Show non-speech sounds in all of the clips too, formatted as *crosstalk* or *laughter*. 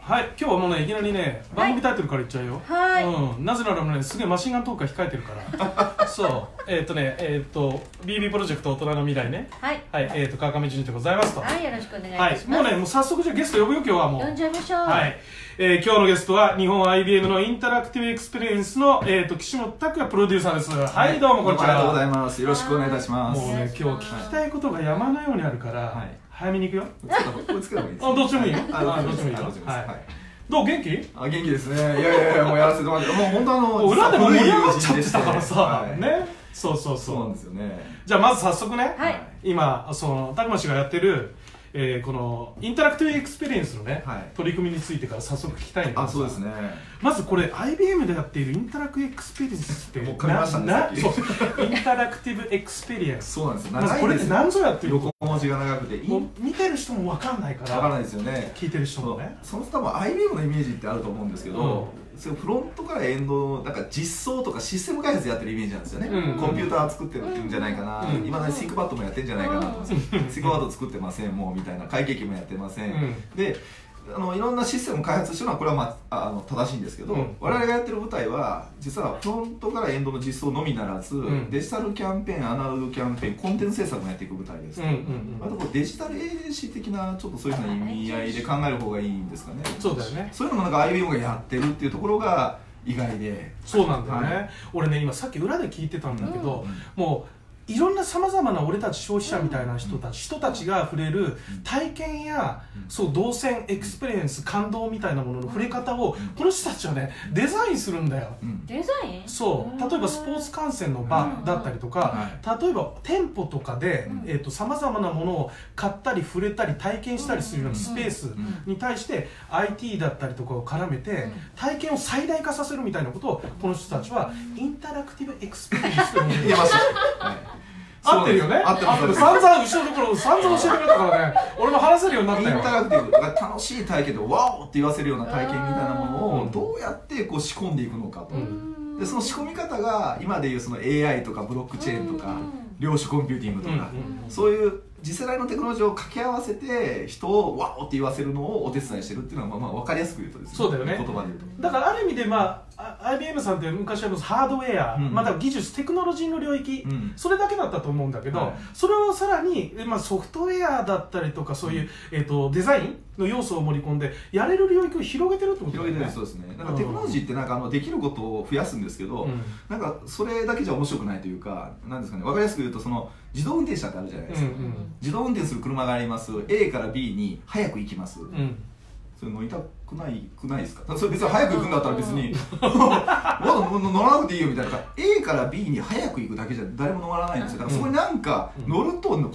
はい今日はもうねいきなりね番組タイトルから言っちゃうよはいうん、なぜならもうねすげえマシンガントークが控えてるからそうえっ、とねえっ、と BB プロジェクト大人の未来ねはいはいえっ、と川上淳でございますとはいよろしくお願いいはたいします、もうねもう早速じゃあゲスト呼ぶよ今日はもう呼んじゃいましょうはい、えー今日のゲストは日本 IBM のインタラクティブエクスペリエンスの、えー、と岸本拓也プロデューサーですはい、どうもこんにちはありがとうございます。よろしくお願いいたします。もうね今日聞きたいことが山のようにあるから、はい早めに行くよこれつけた方がいいですあどっちでもいいよあどっちでもいいあよ。どっちでもいいよどっちでもいいですはいはいどう元気あ元気ですね。いやいやいやもうやらせてもらって、もう本当あの裏でも盛り上がっちゃ実は古い友人ってでしてたからさ、はいねそうそうそうそなうんですよね。じゃあまず早速ね、はい今その拓磨氏がやってる、えーこのインタラクティブエクスペリエンスのね、はい取り組みについてから早速聞きたいんだけどあさそうですね。まずこれ IBM でやっているインタラクティブエクスペリエンスってもう噛みましたねなさっきなそうインタラクティブエクスペリエンスそうなんですよ。まず長こいれでってす。何ぞやっていう横こ文字が長くて、イとン見てる人も分かんないかわらからないですよね。聞いてる人そもうねその多分 IBM のイメージってあると思うんですけど、それフロントからエンドのなんか実装とかシステム開発やってるイメージなんですよね、うんコンピューター作ってるんじゃないかなうんいま、未だにシンクパッドもやってんじゃないかなと思うんですよ、シンクパッド作ってませんもうみたいな会計機もやってません、うんであのいろんなシステムを開発してるのはこれは、まあ、あの正しいんですけど、うん我々がやってる舞台は実はフロントからエンドの実装のみならず、んデジタルキャンペーンアナログキャンペーンコンテンツ制作もやっていく舞台です、うんうんあとこうデジタルエージェンシー的なちょっとそういうふうな意味合いで考える方がいいんですかねうんそうだよねそういうのもなんか IBM がやってるっていうところが意外でそうなんだよね、は俺ね今さっき裏で聞いてたんだけど、うんもういろんなさまざまな俺たち消費者みたいな人たち、人たちが触れる体験や、うんそう動線エクスペリエンス感動みたいなものの触れ方を、この人たちはねデザインするんだよ、うんデザインそう例えばスポーツ観戦の場だったりとか、例えば店舗とかでうんさまざまなものを買ったり触れたり体験したりするようなスペースに対して IT だったりとかを絡めてん体験を最大化させるみたいなことをこの人たちはインタラクティブエクスペリエンスと呼んで言るえま *laughs* した、はい合ってるよね合ってます合ってます散々後ろのところ散々教えてくれたからね俺も話せるようになっインたよタラクティブとか楽しい体験でワオって言わせるような体験みたいなものうをんどうやってこう仕込んでいくのかと、うでその仕込み方が今でいうその AI とかブロックチェーンとかうん量子コンピューティングとか、うんうんそういう次世代のテクノロジーを掛け合わせて人をワオって言わせるのをお手伝いしてるっていうのはまあまあ分かりやすく言うとですねそうだよね言葉で言うと。だからある意味で、まあ、あ IBM さんって昔はもうハードウェア、うんまた技術テクノロジーの領域、うんそれだけだったと思うんだけど、はいそれをさらに、えまあ、ソフトウェアだったりとかそういう、えー、とデザインの要素を盛り込んでやれる領域を広げてるってことだ広よげてねるそうですねなんかテクノロジーってなんかあのできることを増やすんですけど、うんなんかそれだけじゃ面白くないというかなんですかね分かりやすく言うとその自動運転車ってあるじゃないですか、うんうん自動運転する車があります A から B に早く行きます、うんそれ乗りたくないくないですかそれ *laughs* 別に早く行くんだったら別に *laughs* まだ乗乗らなくていいよみたいなだから A から B に早く行くだけじゃ誰も乗らないんですよだからそこになんかうん乗るとこんな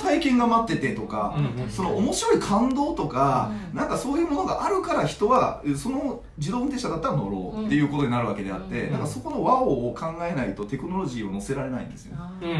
体験が待っててとか、うんうんその面白い感動とか、うんなんかそういうものがあるから人はその自動運転車だったら乗ろうっていうことになるわけであって、うんなんかそこの和を考えないとテクノロジーを乗せられないんですよねあうーんう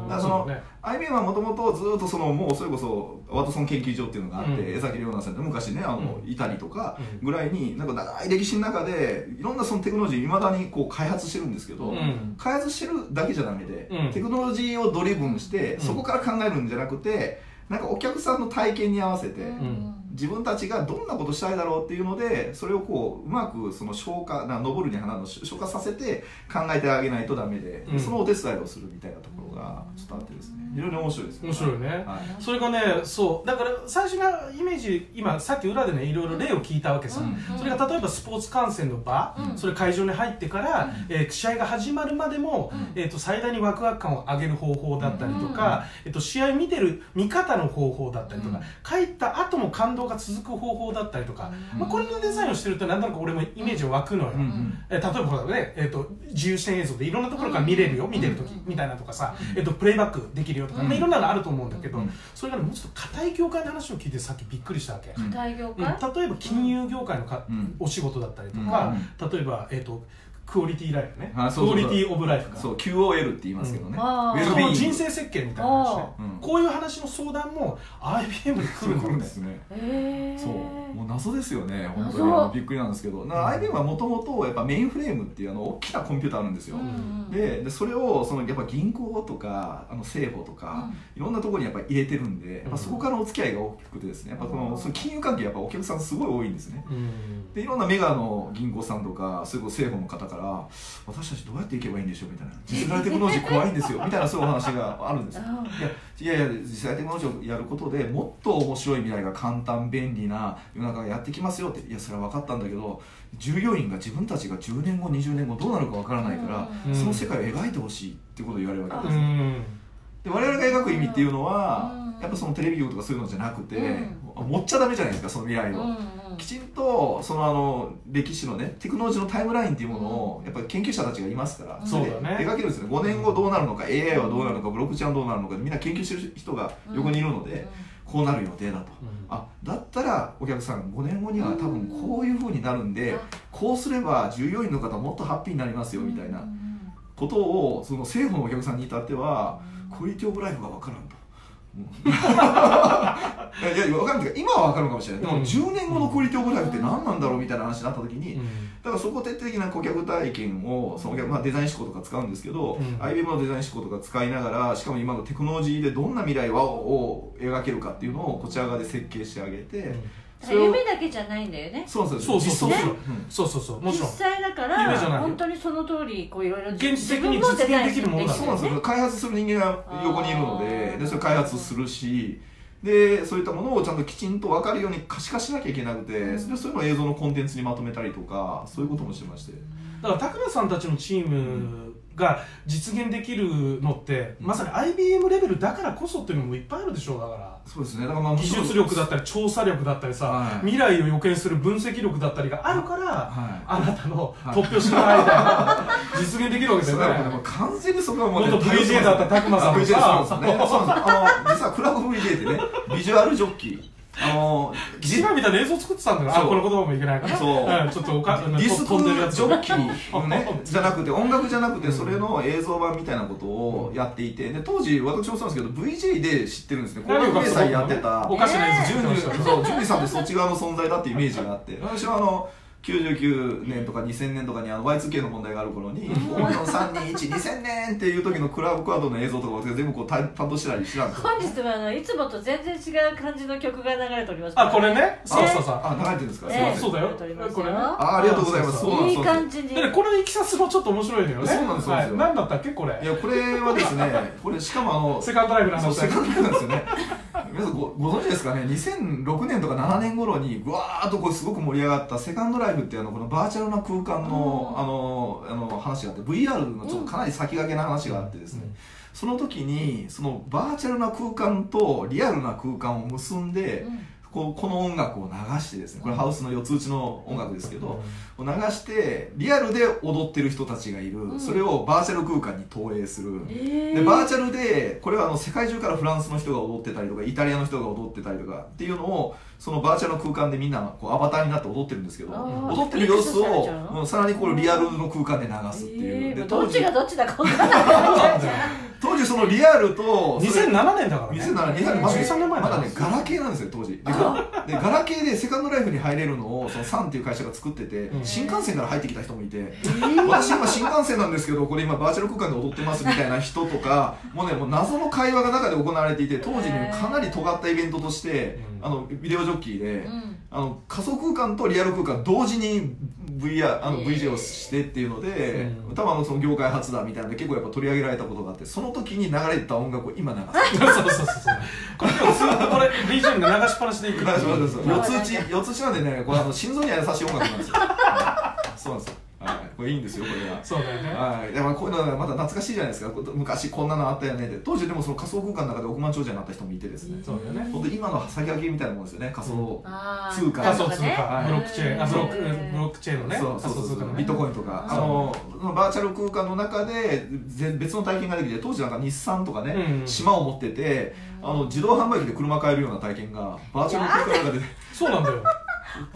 んうんだからそそうのだね IBM はもともとずっとそのもうそれこそワトソン研究所っていうのがあって、うん江崎亮奈さんって昔ねあの、いたりとかうんぐらいになんか長い歴史の中でいろんなそのテクノロジーいまだにこう開発してるんですけど、うん開発してるだけじゃダメで、うんテクノロジーをドリブンして、んそこから考えるんじゃなくてなんかお客さんの体験に合わせて、ん自分たちがどんなことしたいだろうっていうのでそれをこううまくその消化な登るに花の消化させて考えてあげないとダメで、うんそのお手伝いをするみたいなところがちょっとあってですね非常に面白いです面白いよね、はいそれがねそうだから最初のイメージ今さっき裏でねいろいろ例を聞いたわけさ、うんそれが例えばスポーツ観戦の場、うんそれ会場に入ってから、えー試合が始まるまでも、うえー、と最大にワクワク感を上げる方法だったりとか、えー、と試合見てる見方の方法だったりとか、帰った後も感動が続く方法だったりとか、うんまあ、これのデザインをしてるとなんとなく俺もイメージ湧くのよ、うんうんえー例えばほらね、えー、と自由視点映像でいろんなところから見れるよ、見てる時うんみたいなとかさ、えー、とプレイバックできるよとか、うんまあ、いろんなのあると思うんだけど、うんそれがねもうちょっと硬い業界の話を聞いてさっきびっくりしたわけ、うん大業うん界例えば金融業界のか、うんお仕事だったりとか、例えば、えー、とクオリティライフねあそうそうそうクオリティオブライフかそう QOL って言いますけどね、うんあーウェルそビーインのグ人生設計みたいな話ね、おーうんこういう話の相談も IBM に来来るるかかららねですねえーそうもう謎ですよね、本当に謎あのびっくりなんですけど、な IBM はもともとやっぱメインフレームっていうあの大きなコンピューターあるんですよ。うんうんででそれをそのやっぱ銀行とかあの政府とか、いろんなところにやっぱ入れてるんでやっぱそこからお付き合いが大きくてですねやっぱこのその金融関係やっぱお客さんすごい多いんですねうんでいろんなメガの銀行さんとかそれこそ政府の方から私たちどうやっていけばいいんでしょうみたいな実際テクノロジー怖いんですよみたいなそういうお話があるんですよあいやいやいや実際テクノロジーをやることでもっと面白い未来が簡単便利な世の中がやってきますよっていやそれは分かったんだけど従業員が自分たちが10年後20年後どうなるか分からないから、うんその世界を描いてほしいってことを言われるわけうです、んで我々が描く意味っていうのは、うんやっぱそのテレビ局とかそういうのじゃなくて、う持っちゃダメじゃないですかその未う来んを、うんきちんとそのあの歴史のねテクノロジーのタイムラインっていうものをやっぱり研究者たちがいますからそうだねれで描けるんですよね5年後どうなるのか AI はどうなるのかブロックチェーンはどうなるのかみんな研究してる人が横にいるので、こうなる予定だと。あだったらお客さん5年後には多分こういう風になるんで、うんこうすれば従業員の方もっとハッピーになりますよみたいなことをその政府のお客さんに至ってはクオリティオブライフが分からんと。うん *laughs* いやいや分かるんですけど今は分かるかもしれないでうんも10年後のクオリティオブライフって何なんだろうみたいな話になった時に、だからそこを徹底的な顧客体験をそのお客まあ、デザイン思考とか使うんですけど、うん IBM のデザイン思考とか使いながらしかも今のテクノロジーでどんな未来をを描けるかっていうのをこちら側で設計してあげて、だから夢だけじゃないんだよねそうなんですそうよそうそう実装するねそうそうそうも実ちろん際だか夢じゃないら本当にその通りこういろいろ現実的に実現できるものうんだそうなんですよ開発する人間が横にいるのあでーでそれ開発するしでそういったものをちゃんときちんと分かるように可視化しなきゃいけなくて、うんでそういうのを映像のコンテンツにまとめたりとかそういうこともしてまして。だから拓磨さんたちのチームが実現できるのって、うんまさに IBM レベルだからこそっていうのもいっぱいあるでしょうだかそうですねだからまあら技術力だったり調査力だったりさ、はい未来を予見する分析力だったりがあるから、はいあなたのはい突拍子のアイデアが実現できるわけだそよれねはもうね、もう完全にそこはもう、ね、元 VJ だった拓磨さんも VJ さそうですね。そうなんですあの、実はクラブ VJ ってね、ビジュアルジョッキー。あの、ジラみたいな映像作ってたんだからあそうこの言葉もいけないかなそうんちょっとおかディスクジ飛んでるやつョッキーのね、じゃなくて、音楽じゃなくて、それの映像版みたいなことをやっていて、で当時、私もそうなんですけど、VJ で知ってるんですね、 *laughs* 何を紅隠そ白明う細やってたお、かしなやつジ作ってュンまジしたュンよそうジュンジさんってそっち側の存在だっていうイメージがあって、私はあの、99年とか2000年とかにあの Y2K の問題がある頃に543212000年っていう時のクラブクワードの映像とか私が全部こう担担当してたりしてたんですよ本日はあのいつもと全然違う感じの曲が流れておりますあこれねそうそうそうあ、流れてるんですか。すいえまえせんそうだよ流れておりますこれねあ、ありがとうございます。そうそうなんいでいす。感じにだからこれのいきさつもちょっと面白いのよねそうなんですそうなんではい、す何だったっけこれいや、これはですね、これしかもあの、セカンドライフのそう話セカンドライフなんですよね。皆さんごご存知ですかね、2006年とか7年頃に、ぐわーっとこうすごく盛り上がったセカンドライフっていうあのこのバーチャルな空間のうんあのあの話があって、VR のちょっとかなり先駆けな話があってですね、その時にそのバーチャルな空間とリアルな空間を結んで、うんこうこの音楽を流してですね、これハウスの四つ打ちの音楽ですけど、うを流してリアルで踊ってる人たちがいる、うんそれをバーチャル空間に投影する、えでバーチチャルでこれはあの世界中からフランスの人が踊ってたりとかイタリアの人が踊ってたりとかっていうのをそのバーチャルの空間でみんなこうアバターになって踊ってるんですけどあー踊ってる様子ミックスされをちゃうのうんさらにこれリアルの空間で流すっていう、でど当っち時がどっちだか分からない感じじゃん当時そのリアルとんそ2007れ年だからね2007年えーまだ13年前まだだねガラケーなんですよ当時であでガラケーでセカンドライフに入れるのをそのサンっていう会社が作ってて、うん新幹線から入ってきた人もいて、私今新幹線なんですけどこれ今バーチャル空間で踊ってますみたいな人とかもうねもう謎の会話が中で行われていて当時にかなり尖ったイベントとして、うんあのビデオジョッキーで、うんあの仮想空間とリアル空間同時に VR あのへー VJ をしてっていうので、うん多分あのその業界初だみたいなので結構やっぱ取り上げられたことがあってその時に流れてた音楽を今流す。そうそうそうそうこれでもずっとこれ BGM が流しっぱなしでいく大丈夫ですよ四つ打ち四つ打ちなんでねこれあの心臓には優しい音楽な *laughs* んですよそうなんですよはいこれいいんですよこれがそうだよねはい、でもこういうのはまた懐かしいじゃないですかこう昔こんなのあったよねって当時でもその仮想空間の中で億万長者になった人もいてですねそうだよね本当今の先駆けみたいなもんですよね仮想、あー通貨仮想通貨、はいブロックチェーンあブロックうんブロックチェーンのねそうそう仮そ想う通そう貨のビッねトコインとかうんあのそのバーチャル空間の中でぜ別の体験ができて当時なんか日産とかね、うん島を持っててあの自動販売機で車買えるような体験がバーチャル空間の中でそうなんだよ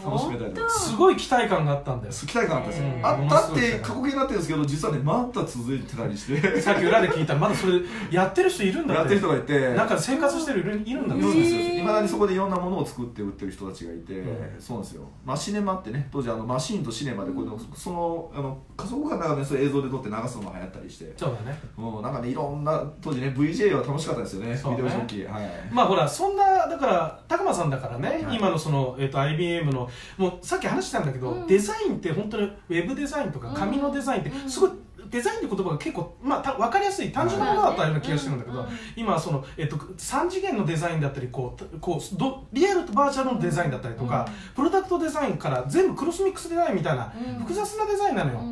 楽しめたりとかすごい期待感があったんだよ期待感あったんですよ、うんあったって過去形になってるんですけど実はねまだ続いてたりしてさっき裏で聞いたらまだそれやってる人いるんだやってる人がいてなんか生活してる人いるんだそってうなんですよへーいまだにそこでいろんなものを作って売ってる人たちがいて、うそうなんですよマシネマってね当時あのマシーンとシネマでこれそのあの仮想空間の中でそういう映像で撮って流すのが流行ったりして、そうだねうん、なんかねいろんな当時ね VJ は楽しかったですよねそうねビデオジョッキーはいまあほらそんなだから高間さんだからね、はい今のその、えっと IBM のもうさっき話したんだけど、うんデザインって本当にウェブデザインとかうん紙のデザインってうんすごいデザインって言葉が結構、まあ、た分かりやすい単純なものだったような気がしてるんだけど、今はその、えっと3次元のデザインだったりこうこうどリアルとバーチャルのデザインだったりとか、プロダクトデザインから全部クロスミックスデザインみたいなうん複雑なデザインなのよ、だか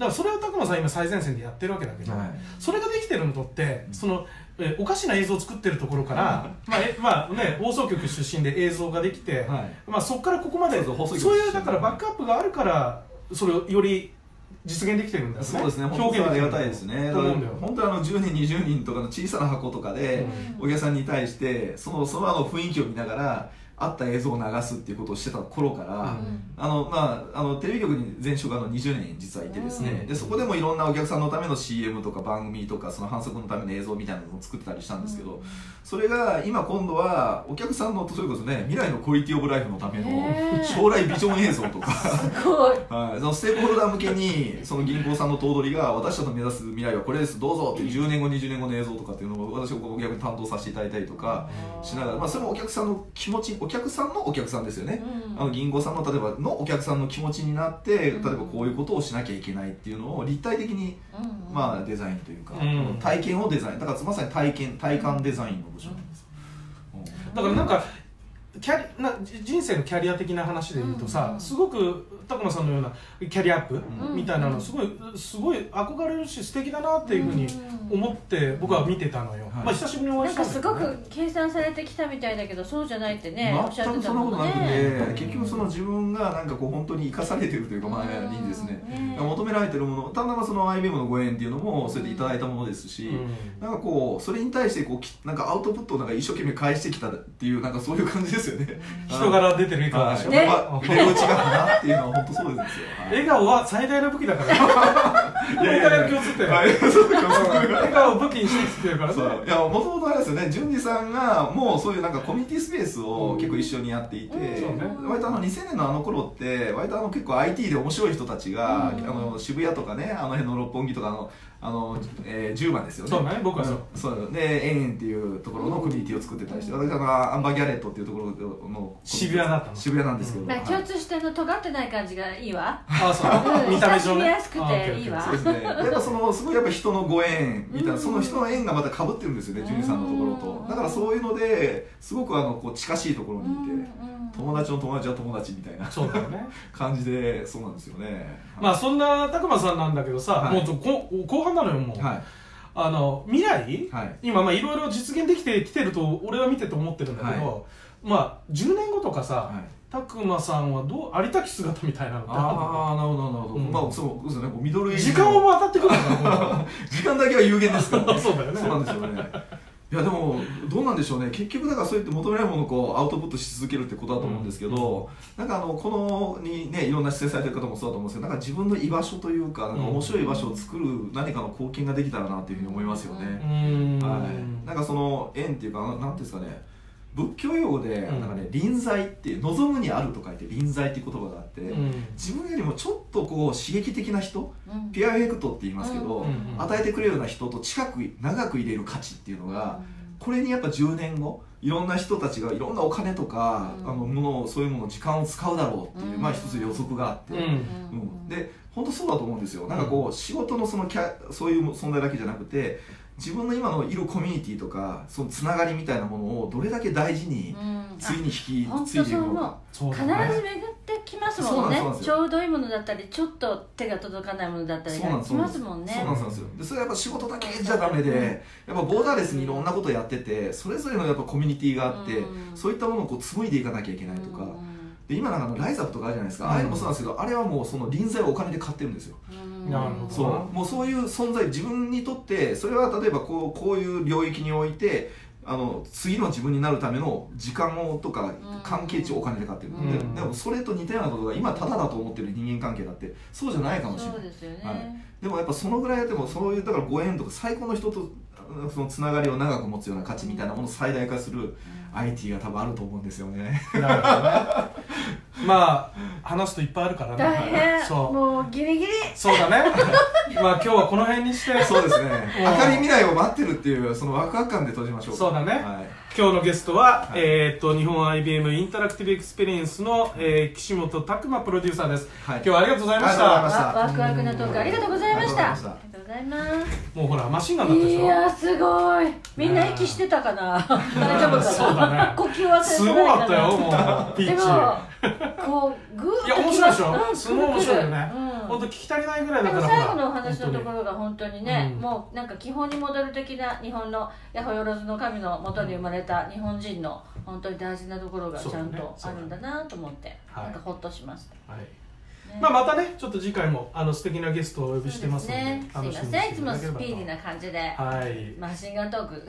だらそれを拓磨さん今最前線でやってるわけだけど、はいそれができてるのとってその、えーおかしな映像を作ってるところから、まあえまあね、放送局出身で映像ができて、はいまあ、そこからここまでそうそう放送局そうい出う身だからバックアップがあるからそれをより実現できてるんだよねそうですね、表表現現あできりてがるたいですね。と思うんだよ本当にあの10人、20人とかの小さな箱とかで、うんお客さんに対して、そのそのあの雰囲気を見ながら、あった映像を流すっていうことをしてた頃から、うんあのまあ、あのテレビ局に前職があの20年実はいてですね、うんでそこでもいろんなお客さんのための CM とか番組とかその反則のための映像みたいなのを作ってたりしたんですけど、それが今今度はお客さんのそれこそね未来のクオリティオブライフのためへのー将来ビジョン映像と *laughs* かすごいはい、そのステークホルダー向けにその銀行さんの頭取が私たちの目指す未来はこれですどうぞっていう10年後20年後の映像とかっていうのを私がこう逆に担当させていただいたりとかしながら、まあ、それもお客さんの気持ちお客さんのお客さんですよね、あの銀行さんの例えばのお客さんの気持ちになって例えうんばこういうことをしなきゃいけないっていうのを立体的に、まあ、デザインというか、うん体験をデザインだからまさに体験体感デザインの部署なんです、うんだからなんかキャリなじ人生のキャリア的な話で言うとさ、うんすごく拓磨さんのようなキャリアアップうんみたいなのすごいすごい憧れるし素敵だなっていうふうに思って僕は見てたのよ、はいまあ久しぶりにお会ないんしたかだすけどごねく計算されてきたみたいだけどそうじゃないってねおっしゃっ全てくたそんなもことんなくて、ねうん結局その自分がなんかこう本当に生かされてるというかまあにですね、求められてるものたまたまその IBM のご縁っていうのもそれでいただいたものですし、うんなんかこうそれに対してこうきなんかアウトプットをなんか一生懸命返してきたっていうなんかそういう感じですよね。人柄出てる笑顔はでしい、ょ、ねまあ、腕打ちがだなっていうのは本当そうですよ。笑顔は最大の武器だからいやいやいや共通点はいはいそうそうそう笑顔を武器にしてきてるからそねういやもともとあれですよね淳二さんがもうそういうなんかコミュニティスペースを結構一緒にやっていて、うんそうね割とあの2000年のあの頃って割とあの結構 IT で面白い人たちが、うんあの渋谷とかねあの辺の六本木とかのあの、えー、10番ですよねそうね僕はそううんそうで円円っていうところのコミュニティを作ってたりして、私あのアンバーギャレットっていうところの渋谷だったの渋谷なんですけど、うなんか共通してあの尖ってない感じがいいわあそう、うん見た目上親しみねやすくてあオッケーオッケーいいわそうですね、やっぱそのすごいやっぱ人のご縁みたいな、うんその人の縁がまたかぶってるんですよね、うんジュニさんのところとだからそういうのですごくあのこう近しいところにいて、友達の友達は友達みたいな *laughs* そうだよね感じでそうなんですよねまあそんな拓磨さんなんだけどさ、はいもうちょ後後半なのよもう、はあの未来いはい今まあいろいろ実現できてきてると俺は見てて思ってるんだけど、はまあ10年後とかさはい拓磨、さんはどうありたき姿みたいなのってあああなるほどなるほど、うんまあそうですよねこうミドるルエのイジ時間のも当たってくるのか時間だけは有限ですから、 *laughs* なそうだよねそうなんですよねいやでもどうなんでしょうね結局だからそうやって求められるものをこうアウトプットし続けるってことだと思うんですけど、なんかあのこのにねいろんな出演されてる方もそうだと思うんですけどなんか自分の居場所というかなんか面白い場所を作る何かの貢献ができたらなっていうふうに思いますようね、ーんはい、なんかその縁っていうかあのなんていうんですかね仏教用語でうんなんかね臨在って望むにあると書いて臨在っていう言葉があって、うん自分よりもちょっとこう刺激的な人ピアフェクトって言いますけど、うんうんうん与えてくれるような人と近く長く入れる価値っていうのが、これにやっぱ10年後いろんな人たちがいろんなお金とか、うんあのものをそういうもの時間を使うだろうっていう、うんまあ一つ予測があって、うんうんで本当そうだと思うんですよなんかこう仕事のそのキャそういう存在だけじゃなくて自分の今のいるコミュニティとかそのつながりみたいなものをどれだけ大事に、ついに引き本継い当でいそうくの思かう。そう必だずね巡ってきますもんねそうなんですちよょうどいいものだったりちょっと手が届かないものだったりそうながんですきますもんねそうなんですよでそれはやっぱ仕事だけじゃダメで、うんやっぱボーダーレスにいろんなことやっててそれぞれのやっぱコミュニティがあって、うんそういったものをこう紡いでいかなきゃいけないとか、うんで今なんかあのライザップとかあるじゃないですか、うんああいうのもそうなんですけどあれはもうその臨済をお金で買ってるんですよ、うんなるほどそうもうそういう存在自分にとってそれは例えばこうこういう領域においてあの次の自分になるための時間をとかん関係値をお金で買ってる、うんででもそれと似たようなことが今タダだと思ってる人間関係だってそうじゃないかもしれなそいうですよね、はいでもやっぱそのぐらいやってもそういうだからご縁とか最高の人とあのそのつながりを長く持つような価値みたいなものを最大化する IT が多分あると思うんですよねなるほどねまあ話すといっぱいあるから大ね変そうもうギリギリそうだねまあ今日はこの辺にしてそうですねうん明るい未来を待ってるっていうそのワクワク感で閉じましょうかそうだねはい、今日のゲストは、はいえーっと日本 IBM インタラクティブエクスペリエンスの、えー岸本拓真プロデューサーですはい、今日はありがとうございましありがとうございたましたわワクワクのトークありがとうございましたあありりががととうございますもうほらマシンガンだったでしいやょーすごいみんな息してたかな大丈夫そうかだなね呼吸はすせてごないかかなったよもうピでッチもこうグーッといや面白いでしょ来ますごい面白いよねうん本当聞き足りないぐらいでだかもら最ほ後らのお話のところが本当にね、うんもうなんか基本に戻る的な日本のヤホヨロズの神のもとに生まれた日本人の本当に大事なところがちゃんとあるんだなと思って、そうだねなんかほっとしました、はいねまあ、またねちょっと次回もあの素敵なゲストをお呼びしてますのでそうですねすいませんいつもスピーディーな感じで、はいマシンガントーク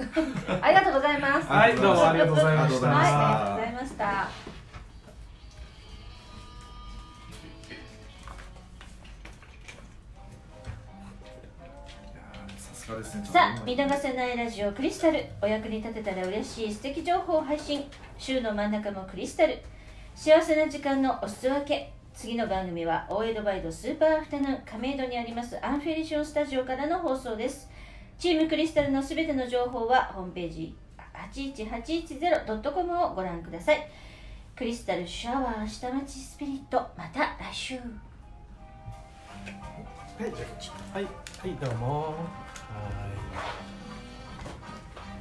*laughs* ありがとうございますははいどうもありがとうございまありがとうしごたざいましたはい、ありがとうございましたいやーさすがですねさあちょっと見逃せないラジオクリスタルお役に立てたら嬉しい素敵情報を配信週の真ん中もクリスタル幸せな時間のお裾分け次の番組は大江戸バイドスーパーアフタヌーン亀戸にありますアンフェリションスタジオからの放送ですチームクリスタルのすべての情報はホームページ 81810.com をご覧くださいクリスタルシャワー下町スピリットまた来週はいはいどうもはい